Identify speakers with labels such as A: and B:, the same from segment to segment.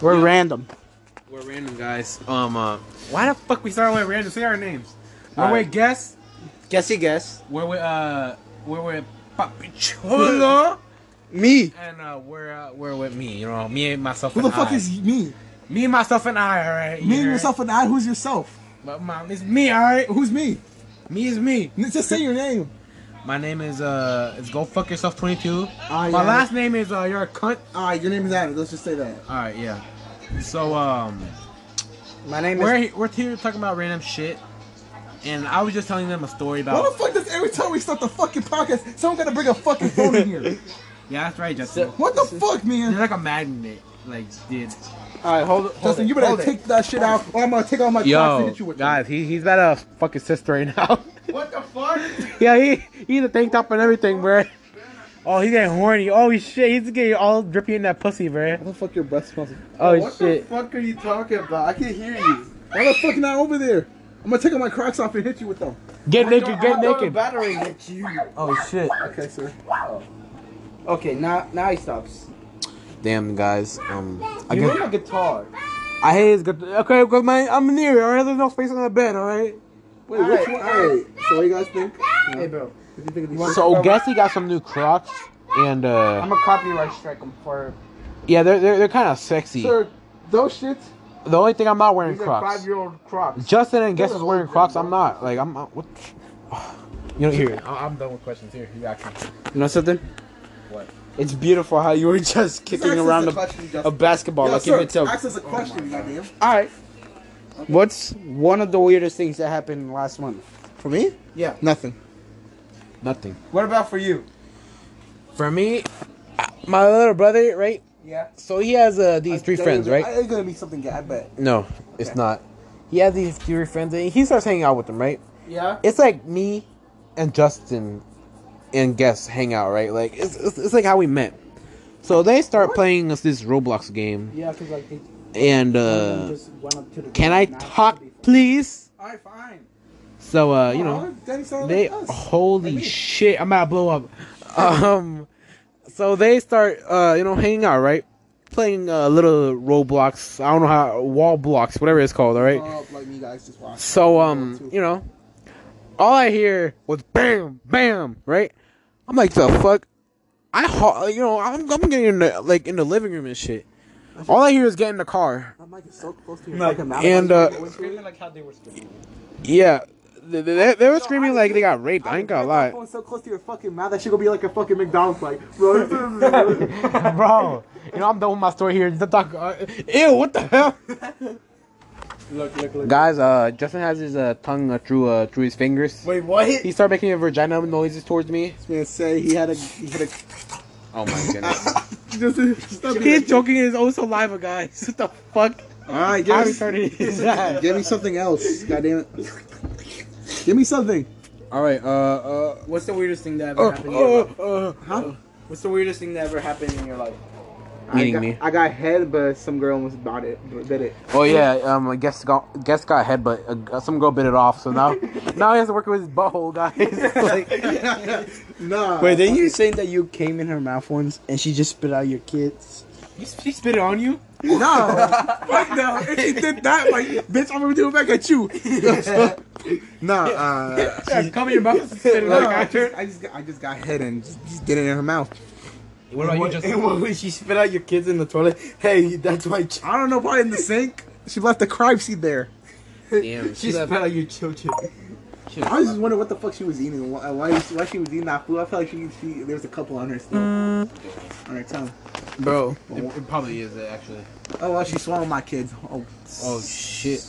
A: We're random.
B: We're random guys. Um, uh, why the fuck we start with random? Say our names. We're
A: Alright.
B: with Guess.
A: Guessy guess.
B: We're with uh, we're with Papi Cholo.
A: Me.
B: and uh, we're uh, we're with me. You know, me and myself.
C: Who the
B: and
C: fuck
B: I.
C: is me?
B: me, myself, and I? All right.
C: Me
B: You
C: and
B: heard?
C: yourself and I. Who's yourself?
B: But mom, it's me. All right.
C: Who's me?
B: Me is me.
C: N- Just say your name.
B: My name is uh, it's go fuck yourself twenty two.
C: Ah,
B: My
C: yeah. Ah,
B: last name is uh, you're a cunt.
C: All right, your name is Adam. Let's just say that.
B: All right, yeah. So um,
A: My name
B: we're
A: is.
B: he- we're here talking about random shit, and I was just telling them a story
C: Why the
B: about.
C: fuck does every time we start the fucking podcast, someone gotta bring a fucking phone in here?
B: Yeah, that's right, Justin.
C: What the fuck,
B: They're
C: man?
B: like a magnet, like dude.
A: All right, hold it. Hold
C: Justin,
A: it,
C: you better
A: hold it.
C: take that shit out, or I'm gonna take all my clocks and hit you with them.
B: he he's about to fuck his sister right now.
C: What the fuck?
B: yeah, he he's a tank top and everything, bro. Oh, he's getting horny. Oh shit, he's getting all drippy in that pussy, bro.
C: What the fuck your breath smells? like?
B: Oh
D: what the fuck are you talking about? I can hear you.
C: Why the fuck not over there? I'm gonna take all my Crocs off and hit you with them.
B: Get naked,
D: I'm
B: get
D: throwing a
B: naked.
D: battering at you.
B: Oh shit.
C: Okay, sir.
A: Okay, now now he stops.
B: Damn guys, um, I
D: You
B: guess
D: need a guitar.
B: I hate his good. Okay, because my I'm near. All right, there's no space on the bed. All right.
C: Wait, which
D: Alright,
C: one? Alright. So what do you guys think?
D: Hey, bro.
C: What do you think of these?
B: So Gassy got some new Crocs, and
A: I'm
B: uh,
A: gonna copyright strike him for.
B: yeah, they're they're, they're kind of sexy.
C: Sir, those shits.
B: The only thing I'm not wearing
D: These are
B: Crocs.
D: five-year-old Crocs.
B: Justin and Guess
D: They're
B: is wearing
D: old,
B: Crocs.
D: bro.
B: I'm not. Like I'm. not- what? You know here. I'm done with questions. Here, you got
A: You know something?
B: What?
A: It's beautiful how you were just kicking
C: Access
A: around
C: the
A: a,
C: question,
A: a
C: Justin.
A: basketball
C: Yeah,
A: like
C: sir,
A: if it's a. All
C: ask us a question, goddamn.
A: right. What's one of the weirdest things that happened last month?
C: For me?
A: Yeah. Nothing.
B: Nothing.
D: What about for you?
B: For me, I- my little brother, right?
D: Yeah.
B: So he has uh, these three friends, right?
C: It's gonna be something, I bet.
B: No, it's not. He has these three friends, and he starts hanging out with them, right?
D: Yeah.
B: It's like me and Justin and Guess hang out, right? Like it's it's, it's like how we met. So they start playing us this Roblox game,
A: Yeah, because like they
B: and uh,
A: just went up to the.
B: can I talk, please?
C: Alright, fine.
B: So uh, you know.
C: Danny sounded
B: They
C: like us.
B: holy shit! I'm about to blow up. Um, so they start uh you know hanging out right, playing uh, little Roblox. I don't know how wall blocks, whatever it's called. All right.
C: Uh, like me guys just watched.
B: So um you know, all I hear was bam bam right. I'm like the fuck. I ho- you know I'm I'm getting in the, like in the living room and shit. All I hear is get in the car.
C: That mic is so close to your
D: No.
C: fucking mouth.
B: And, uh,
D: Screaming like how they were screaming.
B: Yeah, they, they, they were screaming like they got raped. I ain't gonna
C: That
B: lie,
C: phone's so close to your fucking mouth that shit gonna be like a fucking McDonald's like. bro.
B: bro. You know I'm done with my story here. Talk, uh, ew, what the hell?
D: Look, look, look.
B: Guys, uh, Justin has his uh, tongue uh, through uh, through his fingers.
D: Wait, what?
B: He started making vagina noises towards me.
C: This man say he had a he had a.
B: Oh my goodness!
C: Just, stop
B: He's choking his own saliva, guys. What the fuck?
C: All right,
B: I
C: give
B: already
C: me,
B: started that.
C: give me something else. God damn it. Give me something.
B: All right. Uh. Uh.
A: What's the weirdest thing that ever
C: Oh,
B: Uh.
A: happened? in your
B: uh,
A: life?
B: uh.
A: What's the weirdest thing that ever happened in your life?
B: Meaning
C: I got,
B: me.
C: I got head, but some girl almost bought it. Did it.
B: Oh yeah. Um. I guess got guess got headbutt. Uh, some girl bit it off. So now now he has to work with his butthole, guys. like,
C: Nah.
A: Wait, then you saying that you came in her mouth once and she just spit out your kids?
B: she spit it on you.
C: No. Fuck no. If she did that, like, bitch, I'm gonna do it back at you. nah, uh,
B: Come in your mouth. Spit it
C: like,
B: on
C: I,
B: you.
C: just, I, just got, I just got head and just, just did it in her mouth.
B: What about you, Justin?
D: what would she spit out your kids in the toilet? Hey, that's my ch-
C: I don't know, probably in the sink. She left the crime seed there.
B: Damn.
D: She spit out your children.
C: I was just wondering what the fuck she was eating, and why, why, why she was eating that food. I felt like she, she there was a couple on her still,
D: Mm.
C: on her tongue.
B: Bro, it, it probably is actually.
C: Oh well, she swallowed my kids. Oh,
B: Oh shit.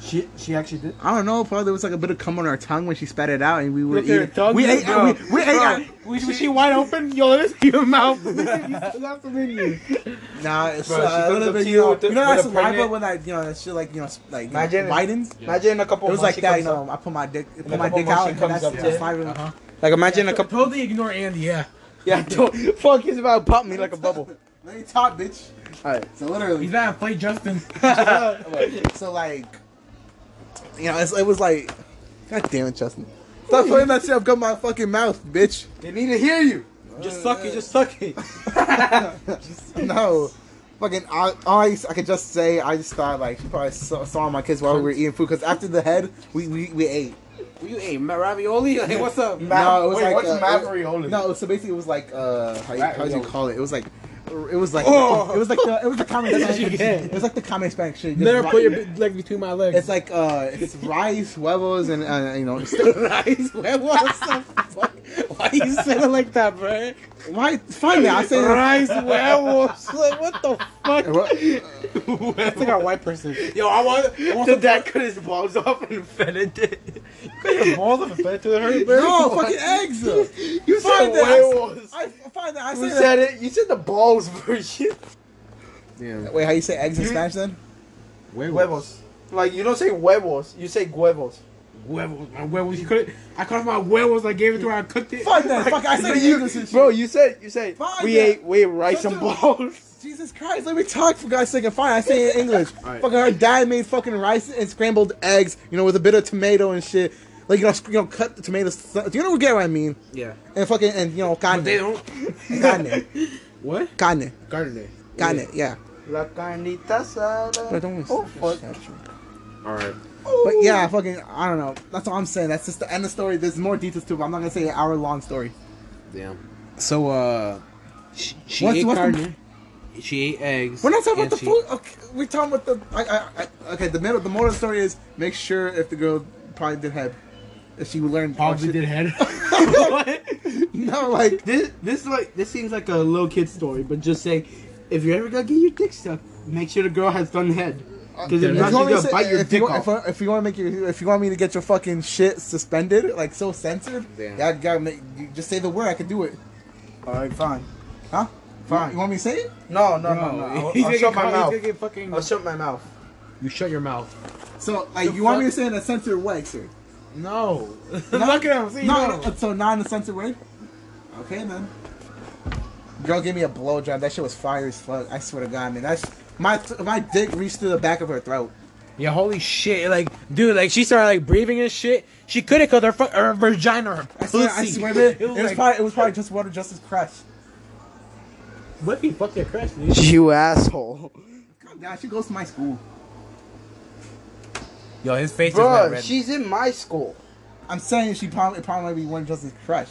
D: She, she actually did.
C: I don't know. Probably there was like a bit of cum on her tongue when she spat it out, and we were
B: Look at her
C: eating.
B: tongue,
C: we ate.
B: bro.
C: We, we ate. uh,
B: Bro, was, was she wide open? Yo, let us see your mouth. That's amazing.
C: Nah, it's
D: Bro, she
C: uh, a
D: comes
C: little
D: up
C: bit.
D: to
C: You
D: you
C: know,
D: with the-
C: you know that
D: with a
C: saliva
D: pregnant-
C: when I, you know, that shit like, you know, s- like you know,
D: Imagine-
C: widens.
D: Imagine in a couple
C: It was like
D: she
C: that,
D: comes
C: you
D: up- Uh-huh.
C: know. I put my dick, I
D: a
C: put my
D: couple
C: dick
D: months
C: out,
D: she
C: and
D: comes
C: that's
D: up
C: the
D: to it.
C: saliva.
A: Like imagine a couple.
B: Totally ignore Andy. Yeah.
A: Yeah, don't, fuck, he's about to pop me like a bubble.
C: Let me talk, bitch.
A: Alright.
C: So literally,
B: about to play Justin.
C: so like, you know, it's, it was like, god damn it, Justin. Stop putting that shit up got my fucking mouth, bitch.
D: They need to hear you.
A: Just suck it, just suck it.
C: No. Fucking, I, all I, I could just say, I just thought like she probably saw, saw my kids while we were eating food because after the head, we we, we ate.
B: You ate ma- ravioli? Like, what's up?
C: No, it was
A: Wait,
C: like
A: what's
C: uh,
A: Maverioli?
C: No, so basically it was like uh, how you, how do you
A: Ravioli.
C: call it? It was like, it was like,
B: Oh!
C: it was like the it was the common
E: what you
C: Hispanic.
E: get.
C: It was like the common Hispanic shit. just
E: Never
C: ri-
E: put your big leg between my legs.
C: It's like uh, it's rice, huevos, and uh, you know. it's-
B: Rice? Where was the fuck? Why you saying it like that, bro?
C: Why? Finally, I say
B: Rice werewolves. Like, what the fuck?
E: It's like a white person.
B: Yo, I want. I want
A: Did
B: some,
A: that cut his balls off and fed it?
E: Balls of a fed to the hurt, bro.
C: No, fucking eggs. You
A: said
C: find that. I-
A: werewolves.
C: I find that. I
A: Who
C: say that.
A: said it? You said the balls version.
C: Wait, how you say eggs in
A: You-
C: Spanish then?
A: Huevos. Like you don't say huevos, you say huevos.
E: Werewolves, my werewolves. You could I cut off my werewolves. I gave it to her. I cooked it.
C: Fuck that. Fuck. I say
A: you-
C: English and shit.
A: bro, you said you said
C: Fine,
A: we
C: yeah.
A: ate we ate rice
C: Shut
A: and
C: up.
A: balls.
C: Jesus Christ, let me talk for God's sake. And fine, I say it in English. Fucking her dad made fucking rice and scrambled eggs, you know, with a bit of tomato and shit. Like you know, sc- you know, cut the tomatoes. Do you know what get what I mean?
B: yeah.
C: And fucking and you know, carne,
B: They don't.
C: carne,
B: What?
C: carne,
B: Garden
C: carne. Yeah.
A: La carnita
C: But I
A: asada.
C: don't.
A: Oh, fuck.
B: Alright.
C: But yeah, fucking, I don't know. That's all I'm saying. That's just the end of the story. There's more details to it. But I'm not gonna say an hour long story.
B: Damn. So, uh. She, she
C: What's-
B: ate
C: what's the-
B: carne. She ate eggs.
C: We're not talking
B: and
C: about the
B: she-
C: food. Okay, we're talking about the. I, I, I, okay, the middle. The moral of the story is make sure if the girl probably did have, if she learned.
E: Probably Oh, did head.
A: what?
C: No, like
A: This this like this seems like a little kid story, but just saying, if you're ever gonna get your dick stuck, make sure the girl has done head. Because if
C: If
A: not, she's
C: you want me
A: gonna
C: to say-
A: bite your
C: if you
A: dick
C: want-
A: off.
C: if I- If you want me to get your, if you want me to get your fucking shit suspended, like so censored,
B: Damn.
C: yeah, I gotta make. You just say the word. I can do it.
A: All right, fine.
C: Huh? Fine. You want me to say it?
A: No, no,
E: No,
A: no, no. I'll,
E: he's
A: I'll
E: gonna
A: shut
E: get
A: my
E: caught,
A: mouth.
E: He's gonna get fucking.
A: I'll shut my mouth.
E: You shut your mouth.
C: So like, you want me to say it in a censored way, sir?
E: No. Look at him. See,
C: No,
E: no.
C: no, so not in a censored way. Okay, then. Girl gave me a blowjob. That shit was fire as fuck. I swear to God, man. That's my my dick reached through the back of her throat.
E: Yeah, holy shit. Like, dude, like, she started, like, breathing and shit. She couldn't because her, fu- her vagina, her
C: I swear, I
E: pussy.
C: swear, man. It was,
E: like-
C: probably it was probably just water, just as crush.
E: What if you fucked your crush, dude?
A: You asshole.
C: Calm down. She goes to my school.
E: Yo, his face is not
A: Bro,
E: red.
A: she's in my school.
C: I'm saying she probably it probably might be one just as crush.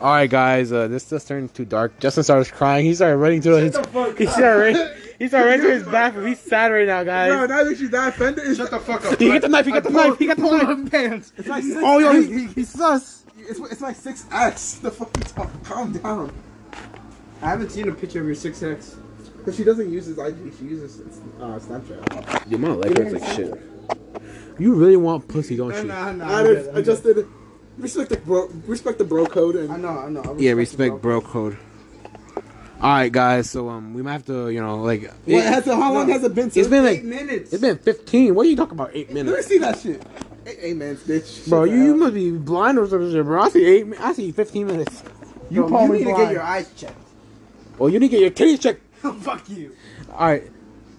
B: All right, guys. Uh, this just turned too dark. Justin started crying. He started running to his. He started. Running, he started running to his bathroom. He's sad right now, guys.
C: now that you that offended, it's, Shut the fuck up.
B: He got the knife. He got the knife. He got the knife.
A: Pants.
C: It's my six.
B: Oh, yo, he, he, he's sus.
C: It's, it's my six X. The fucking talk. Calm down.
A: I haven't seen a picture of your 6X.
C: Cause she doesn't use his IG. She uses uh, Snapchat.
B: Your mom like her like shit. You really want pussy, don't you?
A: no.
C: I, just, I just did. Respect the bro. Respect the bro code and.
A: I know, I know. I
B: Yeah, respect bro code. All right, guys. So um, we might have to, you know, like.
C: What, has it, how long has it been?
B: it's
C: Since?
B: been
A: Eight
B: like
A: minutes.
B: it's been 15. What are you talking about? Eight
C: Let me
B: minutes,
C: see that shit. Hey, hey man, bitch.
B: bro. You, you must be blind or something, bro. I see eight. mi- I see 15 minutes.
A: you,
C: probably
A: need to
C: blind.
A: get your eyes checked.
B: Well, Oh, you need to get your kitty checked.
A: Oh, Fuck you.
B: All right.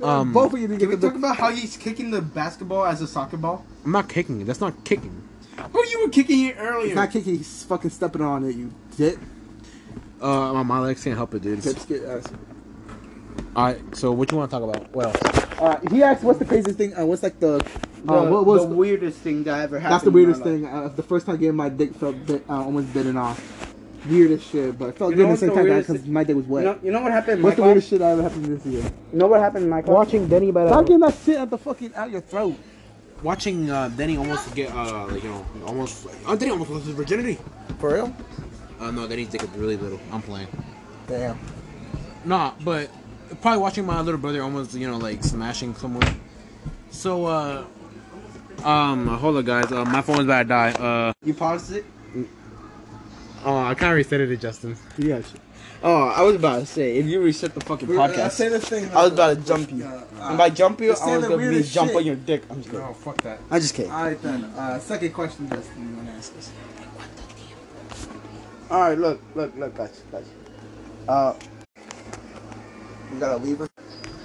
B: Um,
C: both of you didn't
A: Can we
C: get the.
A: talk about how he's kicking the basketball as a soccer ball?
B: I'm not kicking. That's not kicking.
A: Oh, you were kicking it earlier.
C: It's not kicking. He's fucking stepping on it. You dip,
B: Uh, my, my legs can't help it, dude.
C: dipskit ass.
B: All right, so what you want to talk about? What else?
C: Uh, he asked, "What's the craziest thing? Uh, what's like the? Uh, what was
A: the weirdest thing that ever happened?
C: That's the
A: in my
C: weirdest
A: life.
C: thing. Uh, the first time getting my dick felt bit, uh, almost bitten off. Weirdest shit, but it felt
A: You know
C: good at the
A: what's
C: same
A: the
C: time
A: weirdest
C: because my dick was wet.
A: You know, you know what happened in my
C: What's the
A: class?
C: weirdest shit that ever happened this year?
A: You know what happened in my class?
E: Watching Denny by
C: Stop
E: the.
C: getting that shit out the fucking out your throat.
B: Watching uh, Denny almost get uh, like you know, almost. Oh, Denny almost lost his virginity.
C: For real?
B: Uh, no, Denny's dick is really little. I'm playing.
C: Damn.
B: Nah, but probably watching my little brother almost, you know, like smashing someone. So, uh, um, hold on, guys. Uh, my phone's about to die. Uh,
A: You paused it?
B: oh, I kind of resetted it, Justin.
A: Yeah. Oh, I was about to say, if you reset the fucking podcast,
C: this uh, thing.
A: I was about to jump you.
C: Uh,
A: and by jump you,
C: just
A: I
C: say
A: was
C: the
A: gonna be
C: weirdest
A: jump
C: shit.
A: on your dick. I'm just kidding.
F: Oh,
C: No, fuck that.
A: I'm just kidding.
C: All right then. Uh, second question, Justin. You wanna ask us?
A: All right, look, look, look, guys, guys. Uh,
C: We gotta leave us.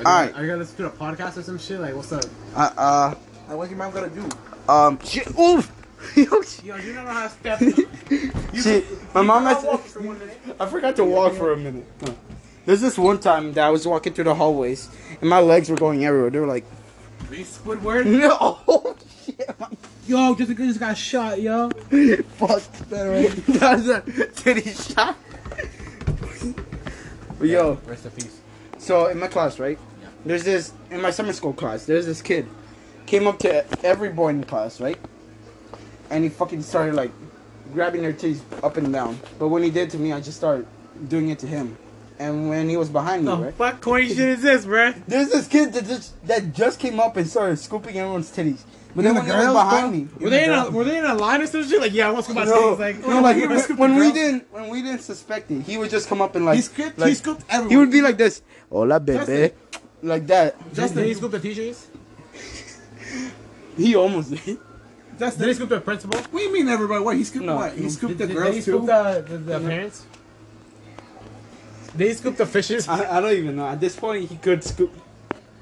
A: Alright.
B: Are you gonna listen to a podcast or some shit? Like, what's up?
A: uh,
C: And what's your mom gonna do?
A: uh, um, shit, oof. Yo, shit.
B: Yo, you don't know how to step.
A: my mom has. I forgot to walk for a minute. There's this one time that I was walking through the hallways and my legs were going everywhere. They were like,
F: Reese Woodward.
A: no, shit,
F: Yo, just just got shot, yo.
A: fuck that right. that was a titty shot. but yo,
F: Rest in peace.
A: so in my class, right? There's this in my summer school class. There's this kid came up to every boy in the class, right? And he fucking started like grabbing their titties up and down. But when he did to me, I just started doing it to him. And when he was behind me,
F: The
C: Oh.
A: right?
F: fuck corny shit is this, bruh?
A: There's this kid that just that just came up and started scooping everyone's titties. But then
C: the
A: when they were
C: girls,
A: behind
C: bro?
A: me,
F: Were they in a were they in a line or some shit? Like, yeah, I want to go
A: no,
F: no. like,
A: no, like
C: he
A: when,
C: scooped
A: when
C: the
A: we
C: girls?
A: didn't when we didn't suspect it, he would just come up and like
C: He scooped.
A: like-
C: he scooped everyone.
A: he would be like this, "Hola, bebe,"
C: Justin.
A: like that.
F: Justin, did he scoop the teachers?
A: He almost did.
C: That's
F: Did
C: the,
F: he scoop the principal?
C: what do you mean everybody? What he scooped?
A: No.
C: what he scooped
F: Did,
C: the
F: did-
C: girls
F: did he
C: too.
F: scoop the, the, the parents? Did he scoop the fishes?
A: I, I don't even know. At this point, he could scoop.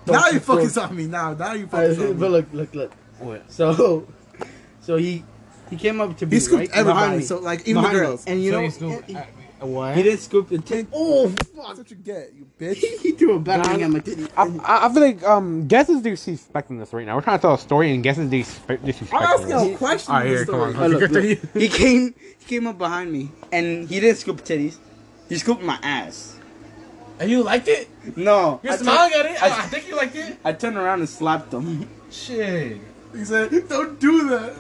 C: now you fucking on me. Now, now you
D: Uh,
C: fucking on
D: but
C: me.
D: look, look, look. So, so he he came up to me.
C: He scooped
D: right? Behind
C: everybody.
D: me.
C: So like even the
D: Behind me.
C: girls.
D: And you
F: So
D: know,
F: he scooped-
D: he,
F: uh, uh, what?
D: he didn't scoop the titty.
C: Oh, fuck. That's what you get, you bitch.
D: He threw a battering at my titty.
B: I, I I feel like um, Guess is disrespecting this right now. We're trying to tell a story, and Guess is disrespe-
C: I'm asking
B: disrespecting.
C: a question.
B: All right,
C: in this
B: here, come
C: story.
B: on.
A: Oh, look, look. He came he came up behind me and he didn't scoop titties. He scooped my ass.
F: And you liked it?
A: No,
F: You're
A: I tur-
F: smiling at it?
A: I-
F: I, I think you liked it.
A: I turned around and slapped him.
F: Shit.
C: He said, "Don't do that."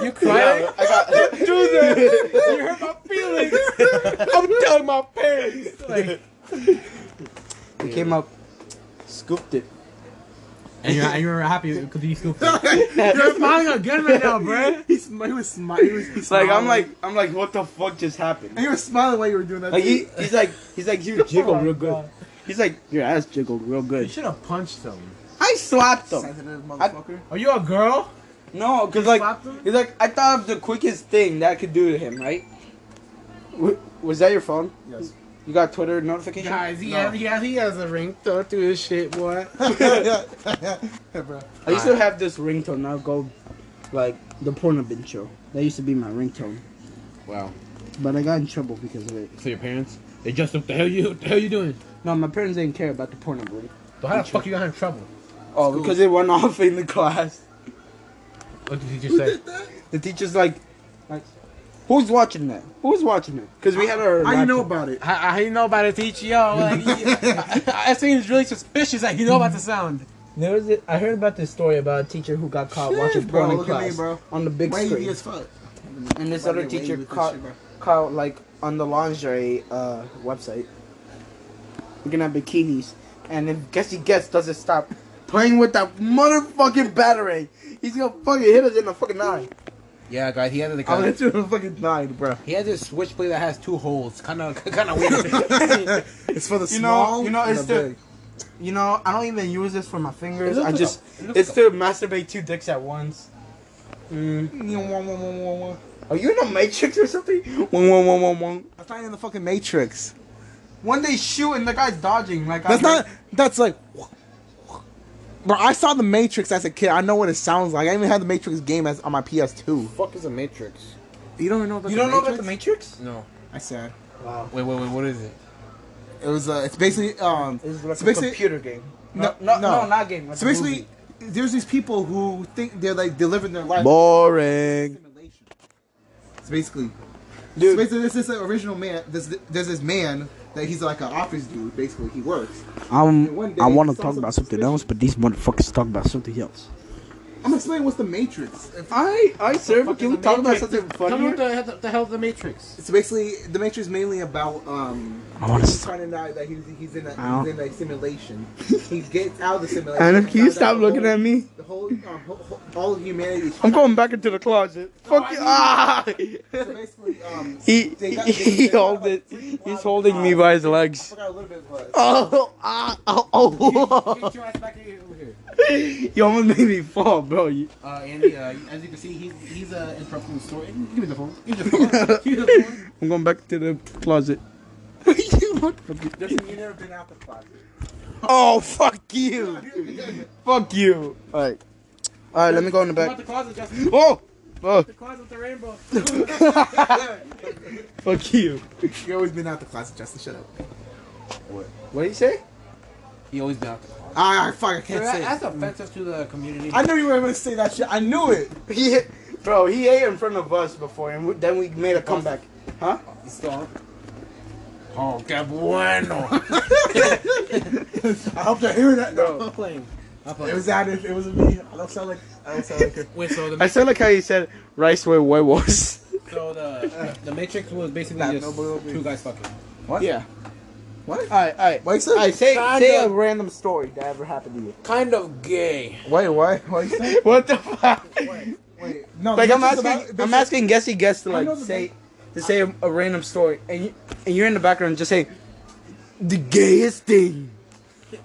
F: You cried?
A: Yeah, I got.
F: do that. you hurt my feelings. I'm telling my parents. Like,
A: He came up, scooped it.
F: and you're, and you're happy because you scooped it. you're smiling again right now, bro.
C: He, sm- he was smiling. He was he
A: Like I'm
C: smiling.
A: like I'm like what the fuck just happened?
C: and you were smiling while you were doing that.
A: Like
C: too.
A: he, he's like he's like
D: Oh
A: you jiggle
F: my
A: real good.
F: God.
A: He's like your ass jiggled real
F: You
A: good.
F: should have punched them.
A: I slapped him.
C: sensitive motherfucker.
F: Are you a girl?
A: No, cause like
F: slapped him?
A: he's like I thought of the quickest thing that I could do to him. Right? W- was that your phone?
C: Yes.
A: You got Twitter notification?
F: Guys, he, has, he, has, he has a ring through his shit, boy.
C: hey, bro.
A: I used to have this ringtone. Now go, like the porno bin show. That used to be my ringtone,
B: Wow.
A: but I got in trouble because of it.
B: So your parents? They just what the hell you? What the hell you doing?
A: No, my parents didn't care about the porno bin.
F: So how the fuck you got in trouble?
A: Oh, because it went off in the class.
F: What did you say?
A: The teacher's like, like, who's watching that? Who's watching it? Because we had our.
C: How you know
A: laptop.
C: about it?
F: How, how you know about it, teach? Yo, like, I, I think it's really suspicious. Like, you know about the sound.
D: There was a, I heard about this story about a teacher who got caught
C: Shit,
D: watching
C: bro,
D: porn in
C: look at me,
D: class.
C: bro.
A: on the big
C: Wavy
A: screen?
C: as fuck.
A: And this
C: Why
A: other
C: they wavy
A: teacher
C: with this
A: caught
C: shit, bro?
A: caught like on the lingerie uh, website. We're gonna have bikinis, and if Guessy Guess doesn't stop playing with that motherfucking battery, he's gonna fucking hit us in the fucking eye.
B: Yeah, guys. He has like
A: I'm gonna hit you in the fucking eye, bro.
B: he has this switchblade that has two holes. Kind of kind of weird.
C: It's for the
A: You know-
C: small.
A: you know,
C: and
A: it's the- You know, I don't even use this for my fingers.
B: looks
A: I
B: like
A: just
B: a- it looks
A: it's to masturbate two dicks at once. Mm.
C: big. Wah, wah, wah, wah, wah, wah.
A: Are you in a matrix or something? One, one, one, one, one.
C: That's not even the fucking Matrix.
A: When they shoot and the guy's dodging, like
C: That's
A: I'm
C: not. That's like. Bro, I saw the Matrix as a kid. I know what it sounds like. I even had the Matrix game as on my PS2.
B: fuck is a matrix?
C: You don't know about
A: You
C: the
A: don't know
C: Matrix?
A: about the Matrix?
B: No.
C: I said
B: Wait, wait, wait. What is it?
C: it was. Uh, it's basically. Um,
A: It's like
C: It's basically-
A: a computer game.
C: No,
A: No, no,
C: no.
A: no, not game. like
C: so
A: a
C: basically,
A: movie.
C: there's these people who think they're like delivering their life.
B: Boring.
C: simulation. It's basically,
A: Dude.
C: So basically, this is the original man. This there's this man that he's like an office dude. Basically, he works. And one
A: I'm,
C: day
A: Um, I want
C: he
A: to
C: saw
A: talk about
C: something
A: something else, but these motherfuckers talk about something else.
C: I'm explaining what's the Matrix. If-
A: I, I, sir, can we talk about something
B: Tell me
A: funny?
B: what the, hell- the hell the matrix?
C: It's basically the Matrix is mainly about um.
A: I want
C: He's
A: to.
C: trying to know that he's, he's in a
A: Ow.
C: he's in a simulation. he gets out of the simulation.
A: Adam, can you
C: Now that
A: stop
C: the
A: looking
C: whole-
A: at me?
C: The whole, uh, whole, whole all humanity.
A: I'm going back into the closet. Fuck you! Ah! He,
C: So basically, um,
A: he, he hold it. He's holding me by his
C: I
A: legs.
C: forgot a little bit what.
A: Oh, ah, oh, oh.
B: your ass back over here.
A: you almost made me fall, bro. You,
B: Uh, Andy, uh, as you can see, he's he's uh, interrupting the story. Give me the phone. Give me the phone. Give me the phone.
A: I'm going back to the closet.
C: Justin, you never been out the closet.
A: oh, fuck you. fuck you. Alright. Alright, let me go in the
F: What about
A: back.
F: the closet, Justin?
A: Oh! Fuck.
G: class with the rainbow.
A: Fuck you.
C: You always been out the class, Justin. Shut up.
A: What did you say?
B: He always been out the closet.
C: Ah, fuck, I can't say. it.
B: That's offensive to the community.
C: I knew you were gonna say that shit. I knew it.
A: He hit, bro. He ate in front of us before, and we, then we made a comeback. Huh?
B: Oh, que bueno.
C: I hope they're hearing that.
A: Bro,
C: It was that. If it was me, I don't sound like. I don't sound like. A,
B: Wait, so
A: I
B: the
A: still like how you said rice with huevos.
B: so the uh, the Matrix was basically
C: Nah,
B: just
C: no, but it'll be-
B: two guys fucking.
A: Yeah.
C: what?
A: Alright, alright.
C: Why you say?
A: Alright, say,
B: Kinda.
A: say a random story that ever happened to you.
B: Kind of gay.
C: Wait, why? Why you say?
A: What the fuck?
C: Wait, no.
A: Like
C: this
A: I'm
C: is
A: asking,
C: about- this
A: I'm
C: is-
A: asking Guessy Guess to
C: I know
A: like
C: the
A: say, to say a, a random story, and you and you're in the background just saying, the gayest thing.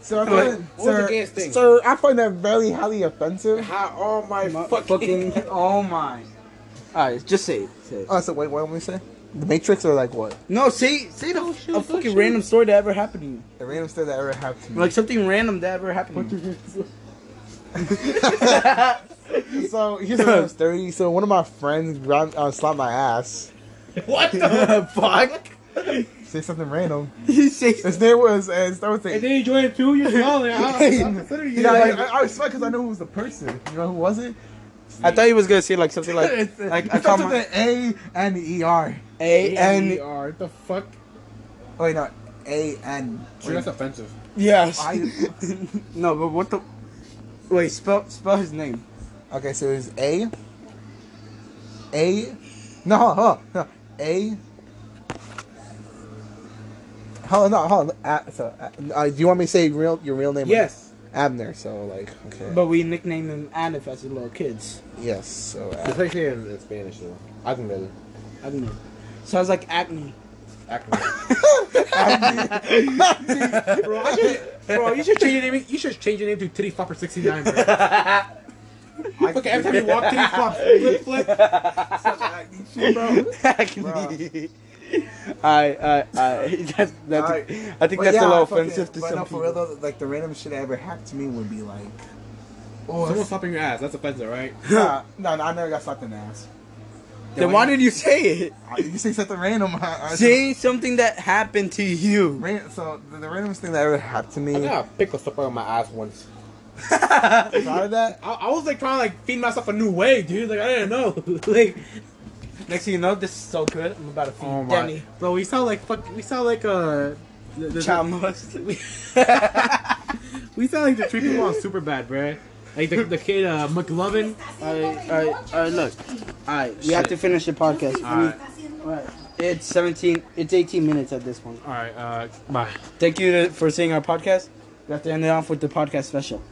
C: Sir, I
A: Like,
C: find,
B: what was
C: sir,
B: the gayest thing?
C: sir, I find that very highly offensive.
B: How all my
A: Fucking oh my. Alright, just say it. Say it.
C: Oh, so wait, what am I say? The Matrix or like what?
A: No, say say the, a fucking random story that ever happened to you.
C: The random stuff that ever happened to me.
A: Like something random that ever happened. to you.
C: so here's when I was thirty. So one of my friends grabbed, uh, slapped my ass.
B: What the fuck?
C: Say something random.
A: You say
C: His name was. Uh, his name was
B: And then eh, you join it too. You're smiling. I, I consider you.
C: you know, like, I, I was because I knew who was the person. You know who was it?
A: I thought he was gonna say like something like
C: It's, uh,
A: like a
C: it starts with
A: comma
C: the A and the ER.
A: A
G: And
A: N.
B: E
G: we are the fuck.
C: Oh, wait, no, A and.
B: Dude, that's offensive.
A: Yes.
C: I-
A: no, but what the? Wait, spell spell his name.
C: Okay, so it was A. A. No, hold on, hold on. No, A. Hold on, no, hold on. A, so, uh, uh, do you want me to say real your real name?
A: Yes.
C: Abner. So like, okay.
A: But we nicknamed him Anif as a little kids.
C: yes. So
H: It's
C: Ab-
H: like here in, in Spanish though. I can really.
A: I don't know. Sounds like acne.
B: Bro, I should, bro, you should change your name. You should change your name to Titty Flopper sixty nine. Bro. Fuck, every time you walk, Titty Flop, flip, flip.
A: Acne. I I I. That's that's.
C: Alright.
A: I think
C: But
A: that's a
C: yeah,
A: little
C: fucking-
A: offensive to
C: but
A: some
C: no, for
A: people.
C: real though, like the random shit that ever happened to me would be like, oh,
B: Someone
C: it's-
B: slapping your ass. That's offensive, right?
C: nah, no, no, I never got slapped in the ass.
A: then why did you say it?
C: I- you say something random? I, I,
A: Say something that happened to you.
C: Ran- so the, the randomest thing that ever happened to me.
H: I got a pickle stuck on my ass once.
C: Prior to that,
B: I, I was like trying to like feed myself a new way, dude. Like I didn't know. like
A: Next thing you know, this is so good. I'm about to feed
H: Oh my.
A: Danny.
B: bro, we sound like fuck. We sound like uh. The, the,
A: Child molested.
B: we sound like the three people on super bad, bro. Like the, the kid uh, McLovin.
A: Alright, alright, alright, look. Alright, we have to finish the podcast. We-
B: Alright.
A: alright. It's 17, it's 18 minutes at this point.
B: All right, uh, bye.
A: Thank you to, for seeing our podcast. We have to end it off with the podcast special.